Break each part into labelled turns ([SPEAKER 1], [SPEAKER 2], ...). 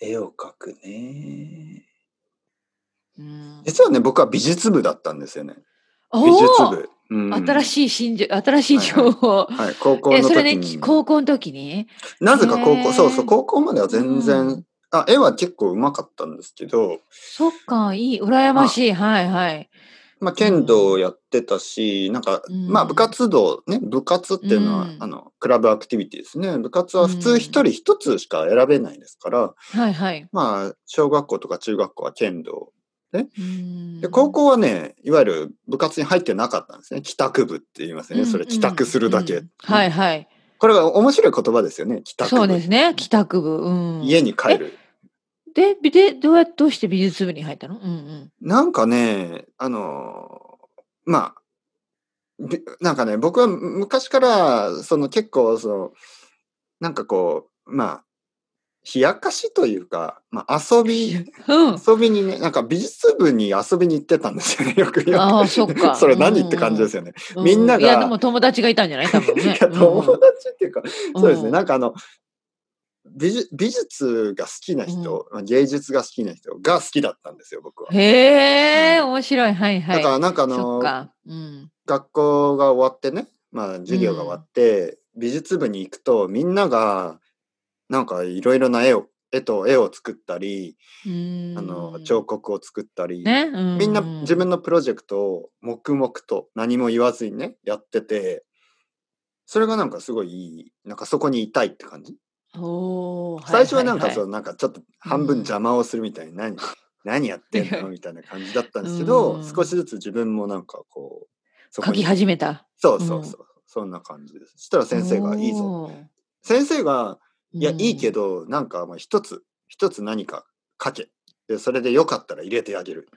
[SPEAKER 1] 絵を描くね。
[SPEAKER 2] うん、
[SPEAKER 3] 実はね、僕は美術部だったんですよね。
[SPEAKER 2] お
[SPEAKER 3] 美術
[SPEAKER 2] ー
[SPEAKER 3] 部。うん、
[SPEAKER 2] 新しい新情新しい情報。
[SPEAKER 3] はい、高校
[SPEAKER 2] え、
[SPEAKER 3] の
[SPEAKER 2] そ
[SPEAKER 3] 時
[SPEAKER 2] れね、
[SPEAKER 3] に。
[SPEAKER 2] 高校の時に
[SPEAKER 3] なぜか高
[SPEAKER 2] へー
[SPEAKER 3] 校、そうそう、高校までは全然、
[SPEAKER 2] うん
[SPEAKER 3] あ、絵は結構うまかったんですけど、
[SPEAKER 2] そっか、いい、羨ましい。はいはい。
[SPEAKER 3] まあ、剣道をやってたし、なんか、
[SPEAKER 2] うん
[SPEAKER 3] まあ、部活動、ね、部活っていうのは、
[SPEAKER 2] うん
[SPEAKER 3] あの、クラブアクティビティですね。部活は普通一人一つしか選べないですから、
[SPEAKER 2] はいはい。
[SPEAKER 3] まあ、小学校とか中学校は剣道。
[SPEAKER 2] うん
[SPEAKER 3] で、高校はね、いわゆる部活に入ってなかったんですね。帰宅部って言いますよね。それ、
[SPEAKER 2] うん
[SPEAKER 3] 帰宅するだ
[SPEAKER 2] う
[SPEAKER 3] け
[SPEAKER 2] ん。はいはい。
[SPEAKER 3] これが面白い言葉ですよね。帰宅部。
[SPEAKER 2] そうですね、帰宅部。うん、
[SPEAKER 3] 家に帰る。
[SPEAKER 2] で、びで、どうやどうして美術部に入ったのうん
[SPEAKER 3] なんかね、あのーまあ、びなんかね、僕は昔から、その結構、その、なんかこう、まあ、冷やかしというか、まあ、遊び、
[SPEAKER 2] うん。うん。
[SPEAKER 3] 遊びにね、なんか美術部に遊びに行ってたんですよね、よくよく。
[SPEAKER 2] ああ、そっ か。
[SPEAKER 3] それ何って感じですよね。
[SPEAKER 2] うう
[SPEAKER 3] みんなが
[SPEAKER 2] いや、でも友達がいたんじゃない多分
[SPEAKER 3] い
[SPEAKER 2] ね。
[SPEAKER 3] や友達っていうか、
[SPEAKER 2] うん
[SPEAKER 3] そうですね、
[SPEAKER 2] ん
[SPEAKER 3] なんかあの、美術美術が好きな人、まあ芸術が好きな人が好きだったんですよ、僕は。
[SPEAKER 2] へえ、面白い。はいはい。
[SPEAKER 3] だからなんかあ
[SPEAKER 2] そ
[SPEAKER 3] の
[SPEAKER 2] っ、か。うん。
[SPEAKER 3] 学校が終わってね、まあ、授業が終わって、美術部に行くとみんながなんかいろいろな絵を絵と絵を作ったり、
[SPEAKER 2] うん
[SPEAKER 3] あの彫刻を作ったり、
[SPEAKER 2] ね。うん
[SPEAKER 3] みんな自分のプロジェクトを黙々と何も言わずにねやっててそれがなんかすごいいいなんかそこにいたいって感じ、
[SPEAKER 2] おー
[SPEAKER 3] 最初はなんかそのなんかちょっと半分
[SPEAKER 2] うん
[SPEAKER 3] 邪魔をするみたいに何、 何やってんのみたいな感じだったんですけ
[SPEAKER 2] う
[SPEAKER 3] ど
[SPEAKER 2] ん
[SPEAKER 3] 少しずつ自分もなんかこうそ
[SPEAKER 2] 書き始めた。
[SPEAKER 3] そうそううんそう。そんな感じです。そしたら先生がいいぞ。
[SPEAKER 2] おー。
[SPEAKER 3] 先生が、いや、
[SPEAKER 2] うん
[SPEAKER 3] いいけど、なんか、まあ、一つ、一つ何か書け。で、それでよかったら入れてあげる。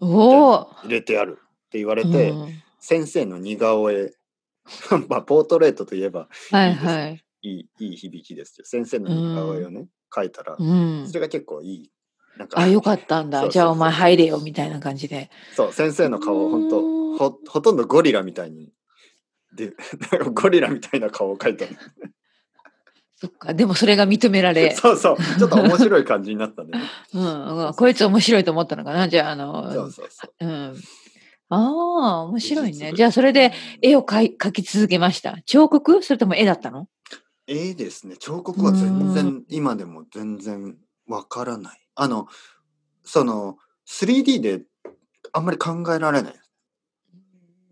[SPEAKER 2] おお。
[SPEAKER 3] 入れてやる。って言われて、
[SPEAKER 2] うん
[SPEAKER 3] 先生の似顔絵。 まあ、ポートレートといえば
[SPEAKER 2] はいはい。
[SPEAKER 3] いい、いい響きですけど、先生の似顔絵をね、書いたら
[SPEAKER 2] う、ん
[SPEAKER 3] そ。れが結構いい。なんか
[SPEAKER 2] あ、よかったん
[SPEAKER 3] そ
[SPEAKER 2] だ。
[SPEAKER 3] う
[SPEAKER 2] じゃあお前入れよ、
[SPEAKER 3] そう
[SPEAKER 2] みたいな感じで。
[SPEAKER 3] そう、先生の顔、ほん
[SPEAKER 2] うーん
[SPEAKER 3] と、ほ、ほとんどゴリラみたいに、で、ゴリラみたいな顔を描いたの
[SPEAKER 2] そっか。でもそれが認めら れ。
[SPEAKER 3] そうそう。ちょっと面白い感じになったね。
[SPEAKER 2] うん、うんこいつ面白いと思ったのかなじゃあ、あ
[SPEAKER 3] そう
[SPEAKER 2] の、
[SPEAKER 3] そうそう。
[SPEAKER 2] うん。ああ、面白い
[SPEAKER 3] 美術
[SPEAKER 2] ね。
[SPEAKER 3] 部
[SPEAKER 2] じゃあ、それで、絵を描い描き続けました。彫刻それとも絵だったの
[SPEAKER 3] 絵ですね。彫刻は全然、今でも全然わからない。あの、その、3D であんまり考えられない。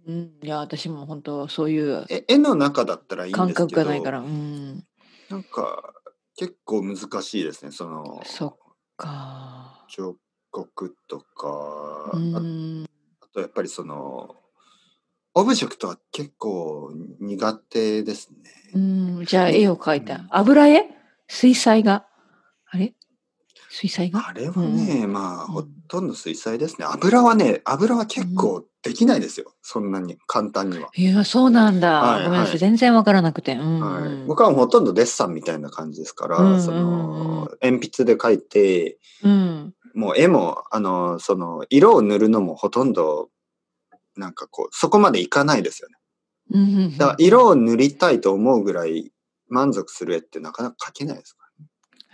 [SPEAKER 2] うん。いや、私も本当、そういう
[SPEAKER 3] え絵の中だったらいいんです
[SPEAKER 2] 感
[SPEAKER 3] けど、
[SPEAKER 2] 覚がないから。うん。
[SPEAKER 3] なんか、結構難しいですね。その、
[SPEAKER 2] そっか。
[SPEAKER 3] 彫刻とか、
[SPEAKER 2] うん。
[SPEAKER 3] あとやっぱりその、オブジェクトは結構苦手ですね。
[SPEAKER 2] うんじゃあ、絵を描いた。油絵水彩画。あれ水彩画
[SPEAKER 3] あれはね、まあ、
[SPEAKER 2] うん
[SPEAKER 3] ほとんど水彩ですね。油はね、油は結構できないですよ。そんなに簡単には。
[SPEAKER 2] いや、そうなんだ。
[SPEAKER 3] はい
[SPEAKER 2] ごめんなさ。
[SPEAKER 3] はいい
[SPEAKER 2] 全然わからなくて。うん。
[SPEAKER 3] はい、僕はほとんどデッサンみたいな感じですから、
[SPEAKER 2] うんうんうんうん
[SPEAKER 3] その鉛筆で描いて
[SPEAKER 2] うん。
[SPEAKER 3] もう絵もあのその色を塗るのもほとんどなんかこうそこまでいかないですよね
[SPEAKER 2] うんうん。
[SPEAKER 3] だから色を塗りたいと思うぐらい満足する絵ってなかなか描けないですか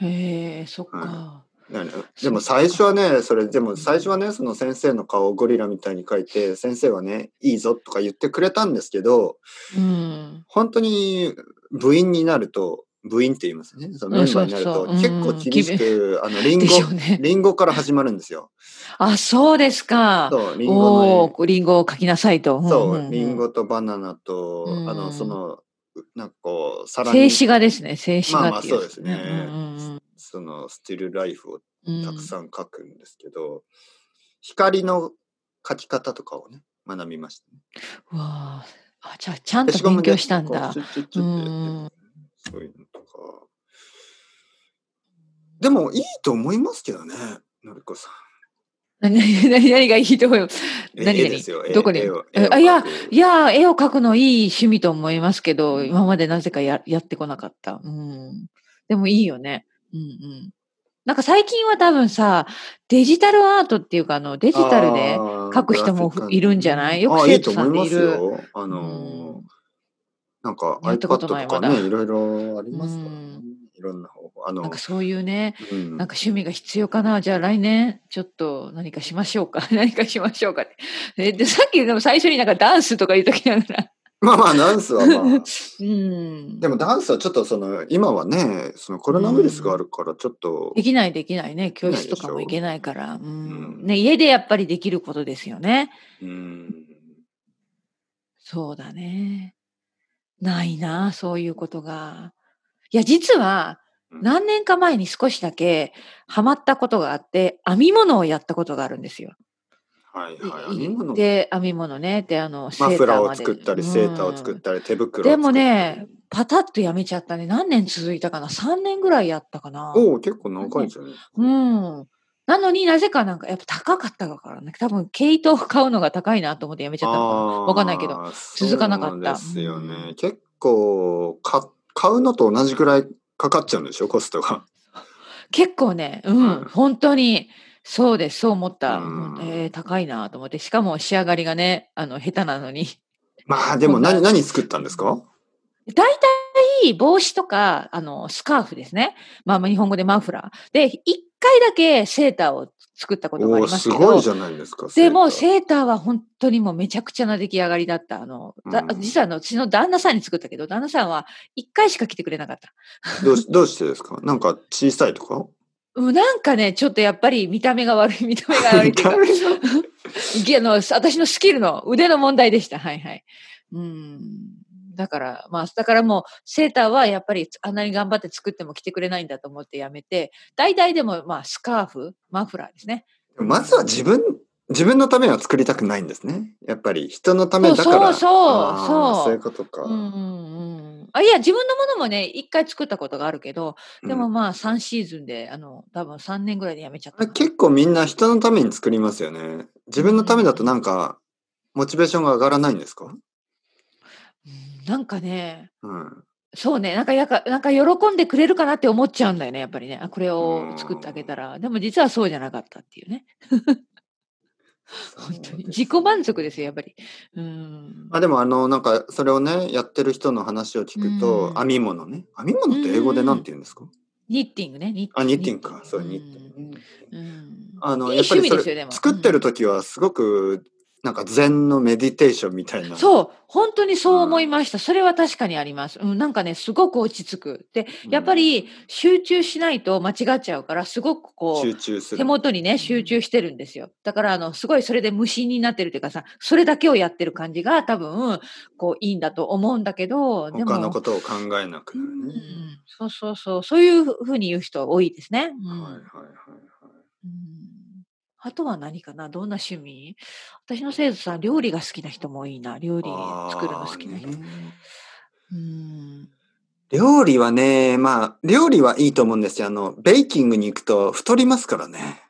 [SPEAKER 2] へえ、そっか。
[SPEAKER 3] はらね、でも最初はねそれでも最初はねその先生の顔をゴリラみたいに描いて先生はねいいぞとか言ってくれたんですけど
[SPEAKER 2] うん。
[SPEAKER 3] 本当に部員になると部員って言いますねそのメンバーになると
[SPEAKER 2] うんそう
[SPEAKER 3] 結
[SPEAKER 2] そう
[SPEAKER 3] 構厳しく、あのリンゴ
[SPEAKER 2] でしょうね。
[SPEAKER 3] リンゴから始まるんですよ。
[SPEAKER 2] あ、そうですか。
[SPEAKER 3] そうリンゴ
[SPEAKER 2] お
[SPEAKER 3] の
[SPEAKER 2] おー、リンゴを書きなさいと。
[SPEAKER 3] 絵
[SPEAKER 2] んん
[SPEAKER 3] そ
[SPEAKER 2] ん
[SPEAKER 3] うリン。ゴとバナナと、
[SPEAKER 2] うん
[SPEAKER 3] あのそのうなんかこう皿
[SPEAKER 2] 静
[SPEAKER 3] に
[SPEAKER 2] 止画ですね、静止
[SPEAKER 3] まあ
[SPEAKER 2] 画
[SPEAKER 3] ま
[SPEAKER 2] っ
[SPEAKER 3] あ
[SPEAKER 2] ていう
[SPEAKER 3] そう
[SPEAKER 2] や
[SPEAKER 3] で
[SPEAKER 2] つ
[SPEAKER 3] す
[SPEAKER 2] ね。
[SPEAKER 3] ね、
[SPEAKER 2] うん
[SPEAKER 3] そのスティルライフを
[SPEAKER 2] うんうん
[SPEAKER 3] たくさん描くんですけど、光の描き方とかをね学びました、ね。
[SPEAKER 2] うわーあ、じゃあ、ちゃん
[SPEAKER 3] 消
[SPEAKER 2] と
[SPEAKER 3] しゴムで
[SPEAKER 2] 勉強したんだ
[SPEAKER 3] こ。うチュッチ
[SPEAKER 2] う
[SPEAKER 3] ュッチュッってやって
[SPEAKER 2] ん。
[SPEAKER 3] そういうのとか。でもいいと思いますけどね、のりこさん。
[SPEAKER 2] 何何何何がいいと思う
[SPEAKER 3] え
[SPEAKER 2] 何
[SPEAKER 3] 絵
[SPEAKER 2] 々
[SPEAKER 3] ですよ絵
[SPEAKER 2] どこに
[SPEAKER 3] 絵を
[SPEAKER 2] え
[SPEAKER 3] 絵を
[SPEAKER 2] あいや
[SPEAKER 3] 描く
[SPEAKER 2] いやー、絵を描くのいい趣味と思いますけど、今までなぜかややってこなかった。うん。でもいいよね。うんうん。なんか最近は多分さ、デジタルアートっていうか、あの、デジタルで、
[SPEAKER 3] 書
[SPEAKER 2] 書く人もいるんじゃないよく生徒さんでいる
[SPEAKER 3] よ。あのー
[SPEAKER 2] うん
[SPEAKER 3] なんか
[SPEAKER 2] やったこと
[SPEAKER 3] iPad
[SPEAKER 2] ない
[SPEAKER 3] とか
[SPEAKER 2] まだ
[SPEAKER 3] ね、いろいろありますからね
[SPEAKER 2] うん。
[SPEAKER 3] いろんな方法。あの、
[SPEAKER 2] なんかそういうね、
[SPEAKER 3] うん
[SPEAKER 2] なんか趣味が必要かな。じゃあ来年、ちょっと何かしましょうか。 何かしましょうかって。えで、さっきでも最初になんかダンスとか言うときながら。
[SPEAKER 3] まあまあ、ダンスはまあ、
[SPEAKER 2] うん。
[SPEAKER 3] でもダンスはちょっとその、今はね、そのコロナウイルスがあるから、ちょっと、
[SPEAKER 2] できないできないね。教室とかも行けないから。うん。ね、家でやっぱりできることですよね。
[SPEAKER 3] うん、
[SPEAKER 2] そうだね。ないな、そういうことが。いや、実は、
[SPEAKER 3] うん
[SPEAKER 2] 何年か前に少しだけハマったことがあって、編み物をやったことがあるんですよ。
[SPEAKER 3] はいはい。
[SPEAKER 2] い
[SPEAKER 3] 編み物
[SPEAKER 2] で、編み物ね。で、あの、
[SPEAKER 3] マ
[SPEAKER 2] セー
[SPEAKER 3] フ
[SPEAKER 2] タ
[SPEAKER 3] ラー
[SPEAKER 2] ーま
[SPEAKER 3] を
[SPEAKER 2] で
[SPEAKER 3] 作ったり、
[SPEAKER 2] うん
[SPEAKER 3] セーターを作ったり、手袋を作ったり。
[SPEAKER 2] でもね、パタッとやめちゃったね。何年続いたかな ?3 年ぐらいやったかな。
[SPEAKER 3] おお、結構長いですよね。
[SPEAKER 2] うん。なのになぜかなんか、やっぱ高かったからね。多分、毛糸を買うのが高いなと思ってやめちゃったのかな。わかんないけど
[SPEAKER 3] ど
[SPEAKER 2] 続かなかった
[SPEAKER 3] ですよね。
[SPEAKER 2] うん
[SPEAKER 3] 結構か、買うのと同じくらいかかっちゃうんでしょ、コストが。
[SPEAKER 2] 結構ね、うん、
[SPEAKER 3] うん
[SPEAKER 2] 本当に、そうです、そう思った。
[SPEAKER 3] うん
[SPEAKER 2] うんえー高いなと思って、しかも仕上がりがね、あの、下手なのに。
[SPEAKER 3] まあ、でも何、何作ったんですか
[SPEAKER 2] 大体、帽子とか、あの、スカーフですね。まあ、日本語でマフラー。で、一回だけセーターを作ったことが
[SPEAKER 3] お
[SPEAKER 2] あ
[SPEAKER 3] お、
[SPEAKER 2] ります
[SPEAKER 3] す
[SPEAKER 2] けど。
[SPEAKER 3] ごいじゃないですか。
[SPEAKER 2] でも、
[SPEAKER 3] セー
[SPEAKER 2] セーターは本当にもうめちゃくちゃな出来上がりだった。あの、だ
[SPEAKER 3] うん
[SPEAKER 2] 実はあの、うちの旦那さんに作ったけど、旦那さんは一回しか来てくれなかった。
[SPEAKER 3] タ ーどうしどうしてですかなんか小さいとか
[SPEAKER 2] うんなんかね、ちょっとやっぱり見た目が悪い、見た目が悪いっていうか、 いやあの私のスキルの腕の問題でした。はいはい。うん。だから、まあ、だからもう、セーターはやっぱりあんなに頑張って作っても着てくれないんだと思ってやめて、大体でも、まあ、スカーフ、マフラーですね。
[SPEAKER 3] まずは自分、自分のためは作りたくないんですね。やっぱり人のためだから。
[SPEAKER 2] そうそう
[SPEAKER 3] あー
[SPEAKER 2] そう
[SPEAKER 3] そういうことか。
[SPEAKER 2] うんうんうん。あ、いや、自分のものもね、一回作ったことがあるけど、でも
[SPEAKER 3] うん
[SPEAKER 2] まあ、3シーズンで、あの、多分3年ぐらいでやめちゃっ
[SPEAKER 3] あ
[SPEAKER 2] た
[SPEAKER 3] れ
[SPEAKER 2] かな。
[SPEAKER 3] 結構みんな人のために作りますよね。自分のためだとなんか、モチベーションが上がらないんですか
[SPEAKER 2] うんなんかね、
[SPEAKER 3] うん。
[SPEAKER 2] そうね、なんかやか、なんか喜んでくれるかなって思っちゃうんだよね、やっぱりね。あ、これを作ってあげたら。でも実はそうじゃなかったっていうね。本当に。自己満足ですよ、やっぱり。うん。
[SPEAKER 3] あでもあの、なんか、それをね、やってる人の話を聞くと
[SPEAKER 2] う、ん
[SPEAKER 3] 編み物ね。編み物って英語でなんて言うんですか
[SPEAKER 2] ニッティングね、ニッティング。
[SPEAKER 3] あ、ニッティングか。そう、ニッティ
[SPEAKER 2] グ。
[SPEAKER 3] ングね。
[SPEAKER 2] うん。
[SPEAKER 3] あの、
[SPEAKER 2] いい
[SPEAKER 3] やっぱり
[SPEAKER 2] 趣味
[SPEAKER 3] そ
[SPEAKER 2] ですよで
[SPEAKER 3] れ、
[SPEAKER 2] も
[SPEAKER 3] 作ってる時はすごく、なんか禅のメディテーションみたいな。
[SPEAKER 2] そう、本当にそう思いました。それは確かにあります。うん、なんかね、すごく落ち着く。で、
[SPEAKER 3] うん
[SPEAKER 2] やっぱり集中しないと間違っちゃうから、すごくこ
[SPEAKER 3] 集
[SPEAKER 2] う、
[SPEAKER 3] 中する。
[SPEAKER 2] 手元にね、集中してるんですよ。だから、あの、すごいそれで無心になってるというかさ、それだけをやってる感じが多分、こう、いいんだと思うんだけど、でも、
[SPEAKER 3] 他のことを考えなく
[SPEAKER 2] う
[SPEAKER 3] なる
[SPEAKER 2] ん
[SPEAKER 3] ね。
[SPEAKER 2] そうそうそう、そういうふうに言う人多いですね。うん
[SPEAKER 3] はいはいはいはい。
[SPEAKER 2] うんあとは何かなどんな趣味私の生徒さん、料理が好きな人も多いな。料理作るの好きな人
[SPEAKER 3] あ。ーね
[SPEAKER 2] うん
[SPEAKER 3] 料理はね、まあ、料理はいいと思うんですよ。あの、ベイキングに行くと太りますからね。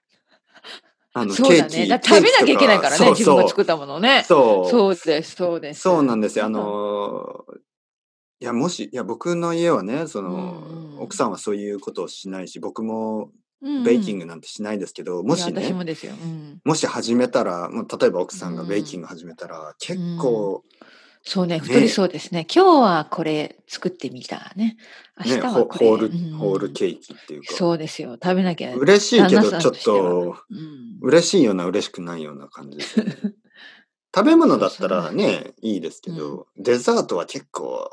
[SPEAKER 3] あの、
[SPEAKER 2] そう
[SPEAKER 3] ケ
[SPEAKER 2] だ
[SPEAKER 3] ーキ。
[SPEAKER 2] ね。だ食べなきゃいけないからね、
[SPEAKER 3] ケーキ
[SPEAKER 2] 自
[SPEAKER 3] と
[SPEAKER 2] 分
[SPEAKER 3] か
[SPEAKER 2] が作ったものをね。
[SPEAKER 3] そうそう。
[SPEAKER 2] そうです、そうです。
[SPEAKER 3] そうなんですよ。あ
[SPEAKER 2] うん
[SPEAKER 3] のー、いや、もし、いや、僕の家はね、その、
[SPEAKER 2] うんうん
[SPEAKER 3] 奥さんはそういうことをしないし、僕も
[SPEAKER 2] うんうん、
[SPEAKER 3] ベイキン
[SPEAKER 2] グ
[SPEAKER 3] グなんてしないですけど、もし
[SPEAKER 2] 私も
[SPEAKER 3] ね、
[SPEAKER 2] ですよ。うん、
[SPEAKER 3] もし始めたら、もう例えば奥さんがベイキング始めたら、結構、
[SPEAKER 2] そうね、
[SPEAKER 3] ね
[SPEAKER 2] 太りそうですね。今日はこれ作ってみたね。明
[SPEAKER 3] ね、
[SPEAKER 2] 日
[SPEAKER 3] ホ
[SPEAKER 2] はこれ。
[SPEAKER 3] ホール、
[SPEAKER 2] うん
[SPEAKER 3] ホールケーキっていうか、
[SPEAKER 2] そうですよ。食べなきゃ。
[SPEAKER 3] 嬉しいけど、
[SPEAKER 2] 旦那
[SPEAKER 3] ち
[SPEAKER 2] さ
[SPEAKER 3] ょ
[SPEAKER 2] ん
[SPEAKER 3] っ
[SPEAKER 2] としては
[SPEAKER 3] と、
[SPEAKER 2] うん
[SPEAKER 3] 嬉しいような嬉しくないような感じですよ ね。食べ物だったらね、いいですけど、デザートは結構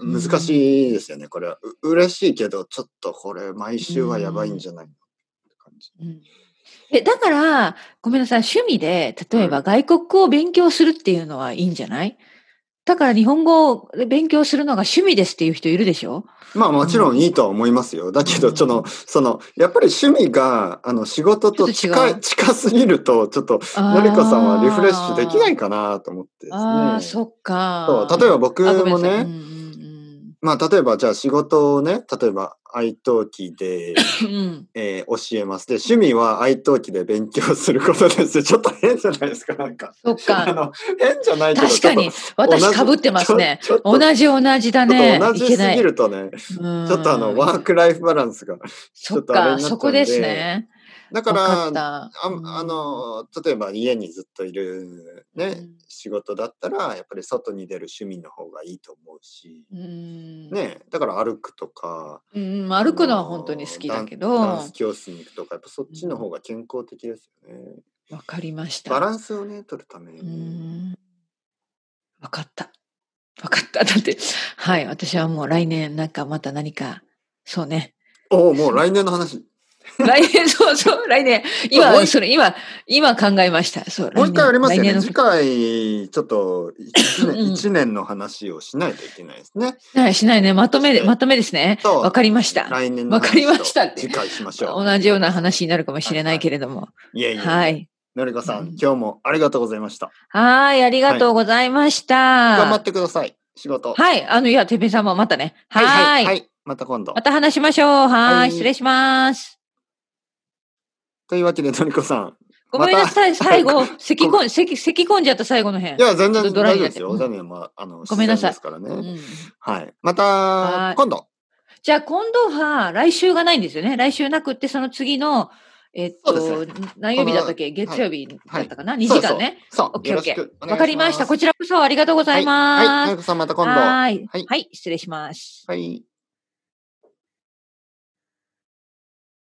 [SPEAKER 3] 難しいですよね、これは。う嬉しいけど、ちょっとこれ、毎週はやばいんじゃないのって感じ。
[SPEAKER 2] うんえ、だから、ごめんなさい、趣味で、例え
[SPEAKER 3] う
[SPEAKER 2] ば
[SPEAKER 3] ん
[SPEAKER 2] 外国語を勉強するっていうのはいいんじゃないだから日本語を勉強するのが趣味ですっていう人いるでしょ
[SPEAKER 3] まあもちろんいいとは思いますよ。だけ
[SPEAKER 2] う
[SPEAKER 3] ど、
[SPEAKER 2] ん
[SPEAKER 3] その、その、やっぱり趣味が、あの、仕事と
[SPEAKER 2] ちょっと
[SPEAKER 3] 近
[SPEAKER 2] 違う
[SPEAKER 3] い、近すぎると、ちょっと、の
[SPEAKER 2] の
[SPEAKER 3] りこさんはリフレッシュできないか
[SPEAKER 2] か
[SPEAKER 3] なと思ってですね。
[SPEAKER 2] あーそっか
[SPEAKER 3] そう例えば僕
[SPEAKER 2] あごめん
[SPEAKER 3] も
[SPEAKER 2] なさい
[SPEAKER 3] ね、
[SPEAKER 2] うんうん
[SPEAKER 3] まあ、例えば、じゃあ仕事をね、例えば、愛登記で、
[SPEAKER 2] うんうん
[SPEAKER 3] えー教えます。で、趣味は愛登記で勉強することです。ちょっと変じゃないですか、なんか。
[SPEAKER 2] そっ
[SPEAKER 3] あ
[SPEAKER 2] か
[SPEAKER 3] の、変じゃないけど、
[SPEAKER 2] 確かに
[SPEAKER 3] ちょっと同じ
[SPEAKER 2] 私かぶってますね
[SPEAKER 3] ちょちょっと
[SPEAKER 2] 同じ同じだ
[SPEAKER 3] ちょっ
[SPEAKER 2] ね
[SPEAKER 3] と同
[SPEAKER 2] い
[SPEAKER 3] じ
[SPEAKER 2] け
[SPEAKER 3] す
[SPEAKER 2] ない
[SPEAKER 3] ぎるとね、
[SPEAKER 2] ち
[SPEAKER 3] ちょ
[SPEAKER 2] ょ
[SPEAKER 3] っとあの、ワークライフバランスが。ち
[SPEAKER 2] そっ
[SPEAKER 3] ょっとあれにな
[SPEAKER 2] か
[SPEAKER 3] っちゃうんで
[SPEAKER 2] そこですね
[SPEAKER 3] だか
[SPEAKER 2] 分
[SPEAKER 3] ら、
[SPEAKER 2] かった
[SPEAKER 3] あんあの、例えば家にずっといるね、
[SPEAKER 2] うん
[SPEAKER 3] 仕事だったら、やっぱり外に出る趣味の方がいいと思うし、
[SPEAKER 2] うんうん
[SPEAKER 3] ねだから歩くとか
[SPEAKER 2] うんうん、歩くのは本当に好きだけど、
[SPEAKER 3] あのダンダ
[SPEAKER 2] わ
[SPEAKER 3] ンス教室に行くとかやっぱそっちの方が健康的ですよね、
[SPEAKER 2] かりました。
[SPEAKER 3] バランスをね取るために、
[SPEAKER 2] うーんわかった。わかった。だって、はい、私はもう来年なんかまた何か、そ うね。
[SPEAKER 3] おおもう来年の話
[SPEAKER 2] 来年、そうそう、来年。今、
[SPEAKER 3] もう一
[SPEAKER 2] それ、今、今考えました。そう、
[SPEAKER 3] もう一回ありますよ
[SPEAKER 2] 来年
[SPEAKER 3] ね
[SPEAKER 2] の
[SPEAKER 3] 次回ちょっと1年
[SPEAKER 2] うん
[SPEAKER 3] 一年の話をしないといけないですね
[SPEAKER 2] はい、しないね。まとめで、まとめですね。
[SPEAKER 3] そう
[SPEAKER 2] わかりました。
[SPEAKER 3] 来年の話
[SPEAKER 2] わかりましたって
[SPEAKER 3] 次回しましょう
[SPEAKER 2] 同じような話になるかもしれないけれども。
[SPEAKER 3] いえいえ、
[SPEAKER 2] はい。
[SPEAKER 3] のりこさ
[SPEAKER 2] うん
[SPEAKER 3] ん今日もありがとうございました
[SPEAKER 2] はい、ありがとうございました。
[SPEAKER 3] 頑張ってください仕事
[SPEAKER 2] はい、あの、いや、てっぺんさんもまたね。はい。
[SPEAKER 3] はい、はい、また今度
[SPEAKER 2] また話しましょう。はい
[SPEAKER 3] はい
[SPEAKER 2] 失礼します。
[SPEAKER 3] というわけでのりこさん
[SPEAKER 2] ごめんなさい、
[SPEAKER 3] また
[SPEAKER 2] 最後、咳込ん、咳、咳込んじゃった最後の辺。
[SPEAKER 3] いや全然
[SPEAKER 2] ちょっとドライ
[SPEAKER 3] 大丈夫
[SPEAKER 2] になっ
[SPEAKER 3] で
[SPEAKER 2] て
[SPEAKER 3] すよ、
[SPEAKER 2] うん
[SPEAKER 3] ダミアンはあの
[SPEAKER 2] ごめんなさ
[SPEAKER 3] 自然
[SPEAKER 2] い
[SPEAKER 3] ですから
[SPEAKER 2] う
[SPEAKER 3] ね、
[SPEAKER 2] ん
[SPEAKER 3] はいまた
[SPEAKER 2] はい
[SPEAKER 3] 今度
[SPEAKER 2] じゃあ、今度は、来週がないんですよね。来週なくって、その次の、えっ
[SPEAKER 3] そ
[SPEAKER 2] と、
[SPEAKER 3] うで
[SPEAKER 2] 何曜日だったっけ
[SPEAKER 3] この
[SPEAKER 2] 月曜日だったかな、
[SPEAKER 3] い
[SPEAKER 2] ?2 時間ね。
[SPEAKER 3] そう
[SPEAKER 2] オッケ
[SPEAKER 3] よ
[SPEAKER 2] ーオ
[SPEAKER 3] ろ
[SPEAKER 2] ッケ
[SPEAKER 3] しく。
[SPEAKER 2] ー
[SPEAKER 3] お願い
[SPEAKER 2] わかりました。こちらこそありがとうござい
[SPEAKER 3] はい、はい、の
[SPEAKER 2] ま
[SPEAKER 3] りこさんまた
[SPEAKER 2] す。
[SPEAKER 3] 今度
[SPEAKER 2] はい
[SPEAKER 3] はい。
[SPEAKER 2] はい、失礼します。
[SPEAKER 3] はい